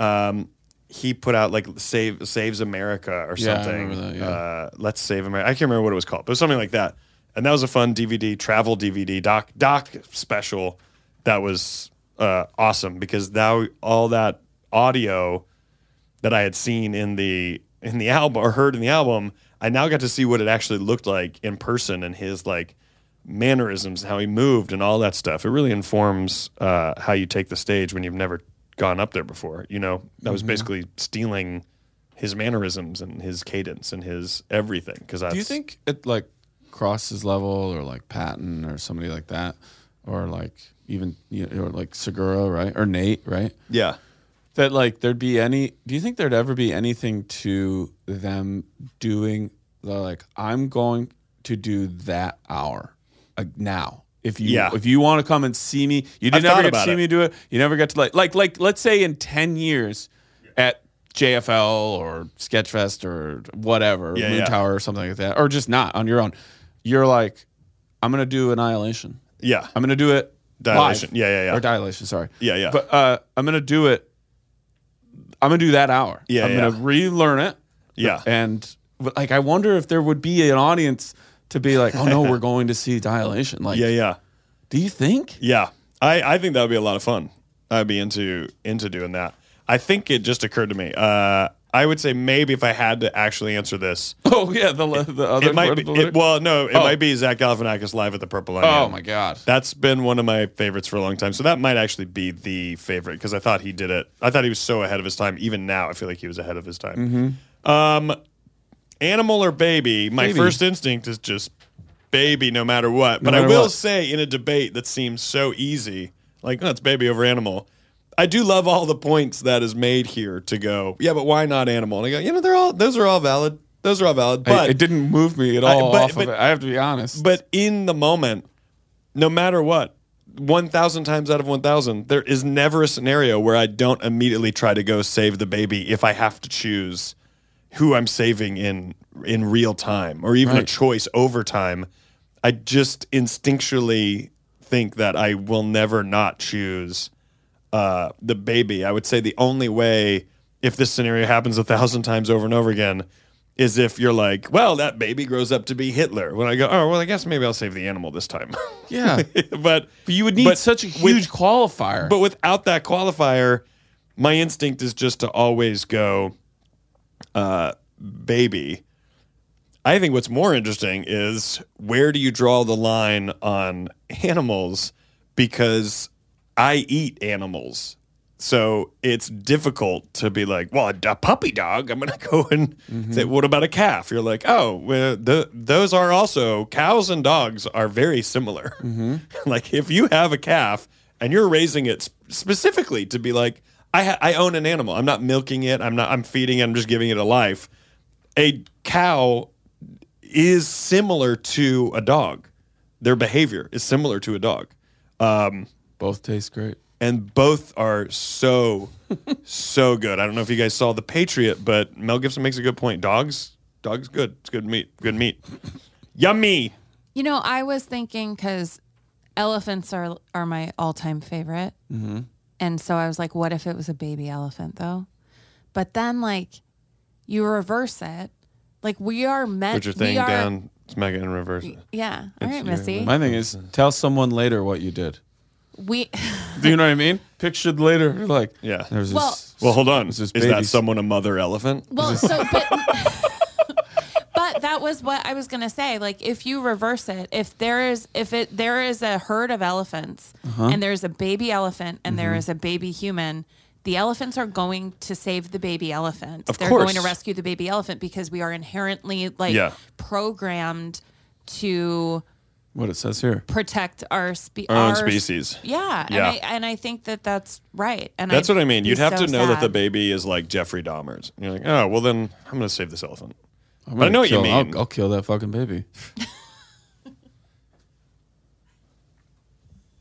E: um, he put out like "Save Saves America" or
D: Yeah, I
E: something.
D: remember that, yeah.
E: uh, Let's Save America. I can't remember what it was called, but it was something like that. And that was a fun DVD, travel DVD, doc doc special. That was uh, awesome because now all that audio that I had seen in the in the album or heard in the album, I now got to see what it actually looked like in person and his like mannerisms, how he moved, and all that stuff. It really informs uh, how you take the stage when you've never gone up there before. You know, that was
D: Mhm.
E: basically stealing his mannerisms and his cadence and his everything. Because
D: Do you think at like Cross's level or like Patton or somebody like that, or like even you know, or like Segura, right, or Nate, right?
E: Yeah.
D: That like there'd be any? Do you think there'd ever be anything to them doing the like I'm going to do that hour uh, now? If you
E: Yeah.
D: if you want to come and see me, you did
E: I've thought
D: never get to
E: about
D: see
E: it.
D: me do it. You never get to like like like let's say in ten years at JFL or Sketchfest or whatever,
E: Yeah,
D: Moon
E: yeah.
D: Tower or something like that, or just not on your own. You're like, I'm gonna do Annihilation.
E: Yeah.
D: I'm gonna do it.
E: Dilation.
D: live.
E: Yeah, yeah, yeah.
D: Or dilation. Sorry.
E: Yeah, yeah.
D: But uh, I'm gonna do it. I'm gonna do that hour.
E: Yeah,
D: I'm
E: yeah.
D: gonna relearn it.
E: Yeah.
D: And but, like, I wonder if there would be an audience to be like, oh no, we're going to see Dilation. Like,
E: yeah, yeah.
D: do you think?
E: Yeah, I, I think that would be a lot of fun. I'd be into into doing that. I think it just occurred to me. Uh, I would say maybe if I had to actually answer this,
D: Oh yeah, the le- the other
E: it might
D: part
E: be.
D: of the
E: It,
D: lyric?
E: well, no, it
D: Oh.
E: might be Zach Galifianakis live at the Purple Onion.
D: oh my god.
E: That's been one of my favorites for a long time. So that might actually be the favorite because I thought he did it. I thought he was so ahead of his time. Even now, I feel like he was ahead of his
D: Mm-hmm.
E: time. Um, animal or baby? My
D: Baby.
E: first instinct is just baby, no matter what.
D: No
E: But I
D: matter
E: will
D: what.
E: say, in a debate that seems so easy, like that's baby "Oh, over animal. I do love all the points that is made here to go. Yeah, but why not animal? And I go, you know, they're all those are all valid. Those are all valid.
D: I-
E: But
D: it didn't move me at
E: I-
D: all
E: but-
D: off
E: but-
D: of it. I have to be honest.
E: But in the moment, no matter what, 1,000 times out of 1,000, there is never a scenario where I don't immediately try to go save the baby if I have to choose who I'm saving in in real time or even a
D: Right.
E: choice over time. I just instinctually think that I will never not choose uh, the baby. I would say the only way, if this scenario happens a thousand times over and over again, is if you're like, well, that baby grows up to be Hitler. When I go, oh, well, I guess maybe I'll save the animal this time.
D: Yeah.
E: but,
D: you would need such a huge qualifier.
E: But without that qualifier, my instinct is just to always go, uh, baby. I think what's more interesting is where do you draw the line on animals? Because I eat animals. So it's difficult to be like, well, a, a puppy dog, I'm going to go and
D: Mm-hmm.
E: say, what about a calf? You're like, oh, well, th- those are also, cows and dogs are very similar. like, if you have a calf and you're raising it sp- specifically to be like, I, ha- I own an animal. I'm not milking it. I'm not. I'm feeding it. I'm just giving it a life a cow is similar to a dog. Their behavior is similar to a dog. Um,
D: both taste great.
E: And both are so, so good. I don't know if you guys saw The Patriot, but Mel Gibson makes a good point. Dogs, dogs, good. It's good meat. Good meat. Yummy.
F: You know, I was thinking because elephants are are my all time favorite,
D: Mm-hmm.
F: and so I was like, what if it was a baby elephant though? But then, like, you reverse it. Like we are meant.
E: Put your thing
F: we are,
E: down, smack it in reverse.
F: Yeah. All right, Missy.
D: My thing is, tell someone later what you did.
F: We.
D: Do you know what I mean? Pictured later, you're like,
E: yeah.
D: There's
F: Well-
D: this,
E: Well, hold on.
D: there's
E: Is
D: this
E: that
D: baby.
E: someone a mother elephant?
F: Well, so but but that was what I was gonna say. Like, if you reverse it, if there is if it there is a herd of elephants
D: Uh-huh.
F: and there's a baby elephant and there
E: Mm-hmm.
D: Mhm.
F: is a baby human. The elephants are going to save the baby elephant.
D: Of
F: They're
D: course.
F: going to rescue the baby elephant because we are inherently like
D: Yeah.
F: programmed to
D: What it says here.
F: protect our, spe-
D: Our own species.
F: Yeah,
E: Yeah.
F: And, I, and I think that that's right. And
E: That's
F: I'd
E: what I mean.
F: be
E: You'd have
F: so
E: to know that the
F: sad.
E: baby is like Jeffrey Dahmer's. And you're like, oh, well, then I'm going to save this elephant.
D: I'm
E: But I
D: gonna
E: know what you
D: kill-
E: mean.
D: I'll, I'll kill that fucking baby.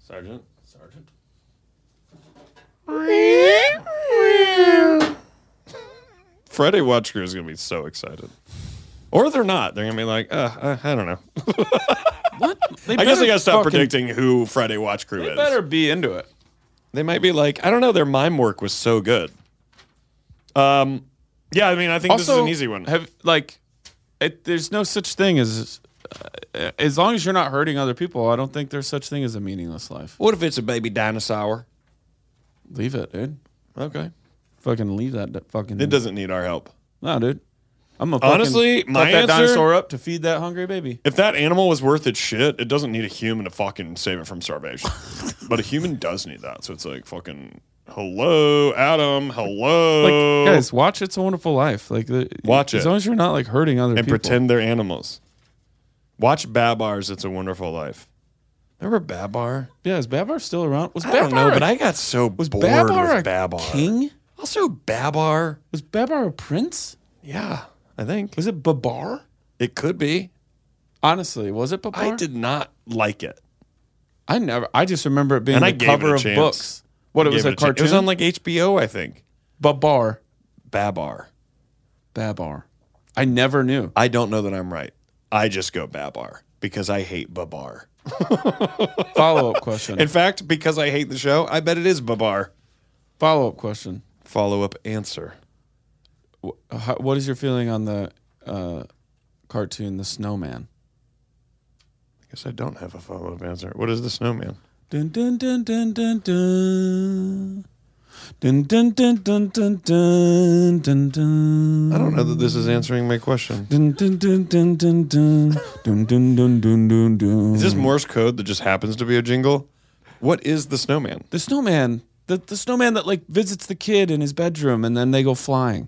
E: Sergeant. Sergeant. Friday Watch Crew is going to be so excited. Or they're not. They're going to be like, uh, uh, I don't know.
D: They
E: I guess I
D: better
E: got to stop
D: fucking-
E: predicting who Friday Watch Crew
D: They
E: is.
D: better be into it.
E: They might be like, I don't know, their mime work was so good. Um, yeah, I mean, I think this is
D: Also,
E: an easy one.
D: Have like, it, there's no such thing as uh, as long as you're not hurting other people. I don't think there's such thing as a meaningless life.
E: What if it's a baby dinosaur?
D: Leave it, dude.
E: Okay.
D: Fucking leave that d- fucking.
E: It doesn't need our help.
D: No, dude. I'm a
E: Honestly,
D: fucking,
E: my
D: cut that
E: answer-
D: dinosaur up to feed that hungry baby.
E: If that animal was worth its shit, it doesn't need a human to fucking save it from starvation. but a human does need that. So it's like fucking hello, Adam. Hello.
D: Like, guys, watch It's a Wonderful Life. Like, the,
E: Oh. watch it.
D: As long as you're not like hurting other
E: and
D: people.
E: pretend they're animals. Watch Babar's It's a Wonderful Life. Remember Babar?
D: Yeah, is Babar still around? Was
E: I don't know,
D: Babar a-
E: but I got so bored
D: Babar a
E: with Babar.
D: king?
E: Also, Babar.
D: Was Babar a prince?
E: Yeah, I think.
D: Was it Babar?
E: It could be.
D: Honestly, was it Babar?
E: I did not like it.
D: I never. I just remember it being
E: And
D: the
E: I gave
D: cover
E: it a
D: of
E: chance.
D: books. What
E: I
D: it was
E: gave
D: a
E: a chance. It
D: cartoon.
E: was on like HBO, I think.
D: Babar.
E: Babar.
D: Babar. I never knew.
E: I don't know that I'm right. I just go Babar because I hate Babar.
D: Follow up question.
E: In fact, because I hate the show, I bet it is Babar.
D: Follow up question.
E: Follow up answer.
D: Wh- how- what is your feeling on the uh, cartoon The Snowman?
E: I guess I don't have a follow up answer. What is the snowman?
D: Dun dun dun dun dun dun. Dun dun dun dun dun dun dun dun.
E: I don't know that this is answering my question.
D: Dun dun dun dun dun dun dun dun dun dun dun dun.
E: Is this Morse code that just happens to be a jingle? What is the snowman?
D: the snowman? The the snowman that like visits the kid in his bedroom and then they go flying.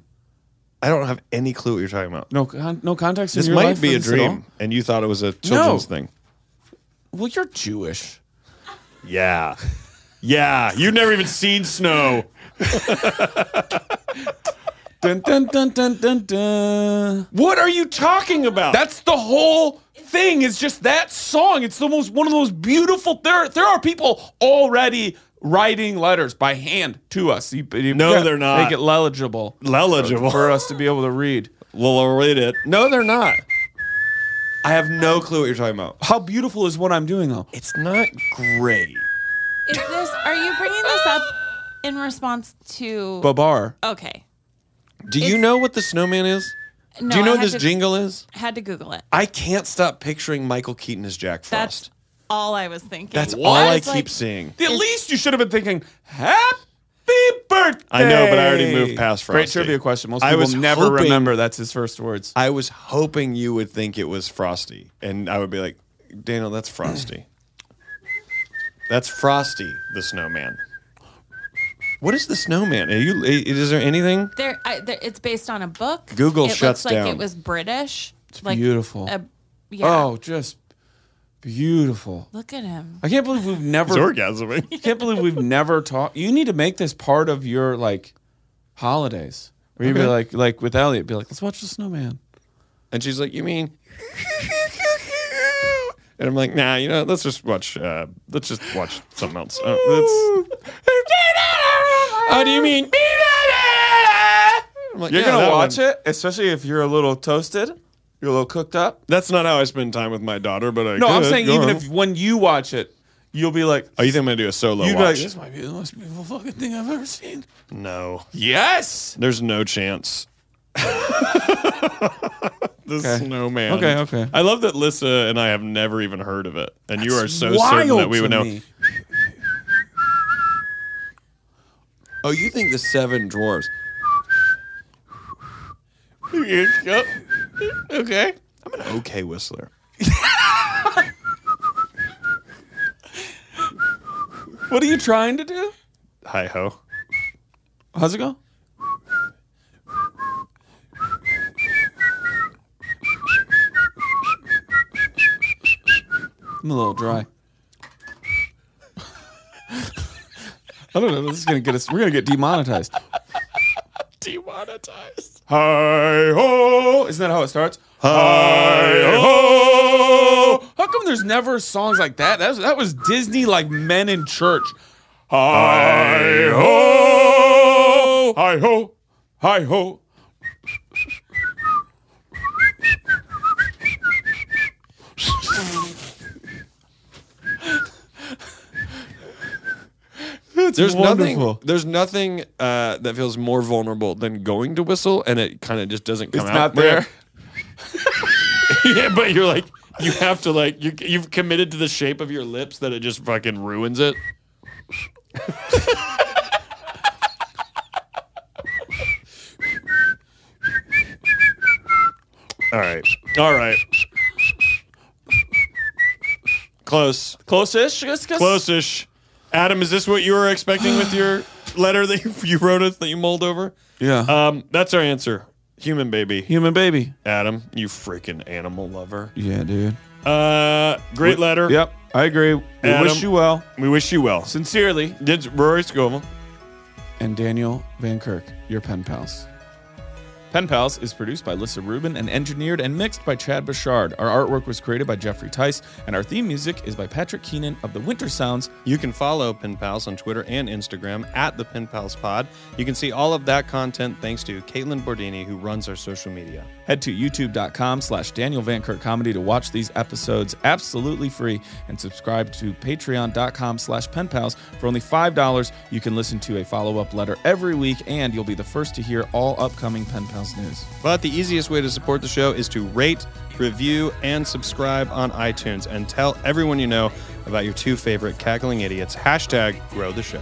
E: I don't have any clue what you're talking about.
D: No con- no context.
E: This
D: in your
E: might
D: life for
E: be a
D: this at all?
E: dream, and you thought it was a children's thing.
D: Well, you're Jewish.
E: Yeah. Yeah, you've never even seen snow.
D: Dun, dun, dun, dun, dun, dun.
E: What are you talking about?
D: That's the whole thing. It's just that song. It's the most one of those beautiful. There, there are people already writing letters by hand to us. You- you-
E: No,
D: yeah,
E: they're not.
D: Make it legible.
E: Legible.
D: for, for us to be able to read.
E: Well, I'll read it. No, they're not. I have no clue what you're talking about.
D: How beautiful is what I'm doing though?
E: It's not great.
F: Is this? Are you bringing this up in response to?
E: Babar.
F: Okay.
E: Do you know what the snowman is?
F: No,
E: Do you know
F: I
E: what
F: had
E: this
F: to-
E: jingle is?
F: Had to Google it.
E: I can't stop picturing Michael Keaton as Jack
F: That's
E: Frost.
F: all I was thinking.
E: That's, all I keep
F: like,
E: seeing.
D: At least you should have been thinking happy birthday.
E: I know, but I already moved past Frosty.
D: Great trivia question. Most
E: I
D: people
E: was
D: never
E: hoping-
D: remember that's his first words.
E: I was hoping you would think it was Frosty, and I would be like, Daniel, that's Frosty. that's Frosty, the snowman. What is the snowman? Are you? i- Is there anything?
F: There, I, there, it's based on a book.
E: Google
F: it
E: shuts
F: looks like
E: down.
F: It was British. It's
D: beautiful.
F: yeah.
D: Oh, just beautiful.
F: Look at him.
D: I can't believe we've never
E: It's orgasming.
D: I can't believe we've never talked. You need to make this part of your like holidays. Where you'd be
E: Okay.
D: like, like with Elliot, be like, let's watch the snowman.
E: And she's like, you mean? And I'm like, nah. You know, let's just watch. Uh, let's just watch something else. Uh, let's. Oh, do you mean? I'm like,
D: you're
E: "Yeah,
D: gonna
E: that
D: watch
E: one."
D: it, especially if you're a little toasted, you're a little cooked up.
E: That's not how I spend time with my daughter, but I
D: no, I'm
E: could.
D: saying
E: Go
D: even
E: on.
D: if when you watch it, you'll be like,
E: Oh, you think I'm gonna do a solo
D: you'd be like,
E: watch?
D: this might be the most beautiful fucking thing I've ever seen.
E: no.
D: Yes.
E: There's no chance. the
D: Okay.
E: snowman.
D: Okay, okay.
E: I love that Lissa and I have never even heard of it, and you are
D: That's
E: so certain that
D: wild
E: we
D: to
E: would know.
D: me.
C: Oh, you think the seven dwarves?
E: Yep.
D: Okay.
E: I'm an okay whistler.
D: What are you trying to do?
E: Hi ho.
D: How's it go? I'm a little dry. I don't know. This is gonna get us. We're gonna get demonetized.
E: Demonetized.
D: Hi ho! Isn't that how it starts?
E: Hi
D: ho! How come there's never songs like that? That was, that was Disney like men in church. Hi ho!
E: Hi ho.
D: Hi ho!
E: There's
D: wonderful.
E: nothing. There's nothing uh, that feels more vulnerable than going to whistle, and it kind of just doesn't come
D: It's
E: out.
D: not there.
E: yeah, but you're like, you have to like, you you've committed to the shape of your lips that it just fucking ruins it. All right. All right. Close.
D: Close-ish. Guess, guess.
E: Close-ish. Adam, is this what you were expecting with your letter that you, you wrote us that you mulled over?
D: Yeah.
E: Um, that's our answer. Human baby.
D: Human baby.
E: Adam, you freaking animal lover.
D: Yeah, dude.
E: Uh, great letter.
D: Yep, I agree. We
E: Adam.
D: wish you well,
E: We wish you well.
D: sincerely.
E: Did Rory Scovel.
D: And Daniel Van Kirk, your pen pals. Pen Pals is produced by Lissa Rubin and engineered and mixed by Chad Bouchard. Our artwork was created by Jeffrey Tice, and our theme music is by Patrick Keenan of the Winter Sounds.
E: You can follow Pen Pals on Twitter and Instagram at the Pen Pals Pod. You can see all of that content thanks to Caitlin Bordini, who runs our social media.
D: Head to youtube.com slash Daniel Van Kirk Comedy to watch these episodes absolutely free and subscribe to patreon.com slash pen pals. For only $5, you can listen to a follow up letter every week and you'll be the first to hear all upcoming pen pals news.
E: But the easiest way to support the show is to rate, review, and subscribe on iTunes and tell everyone you know about your two favorite cackling idiots. Hashtag grow the show.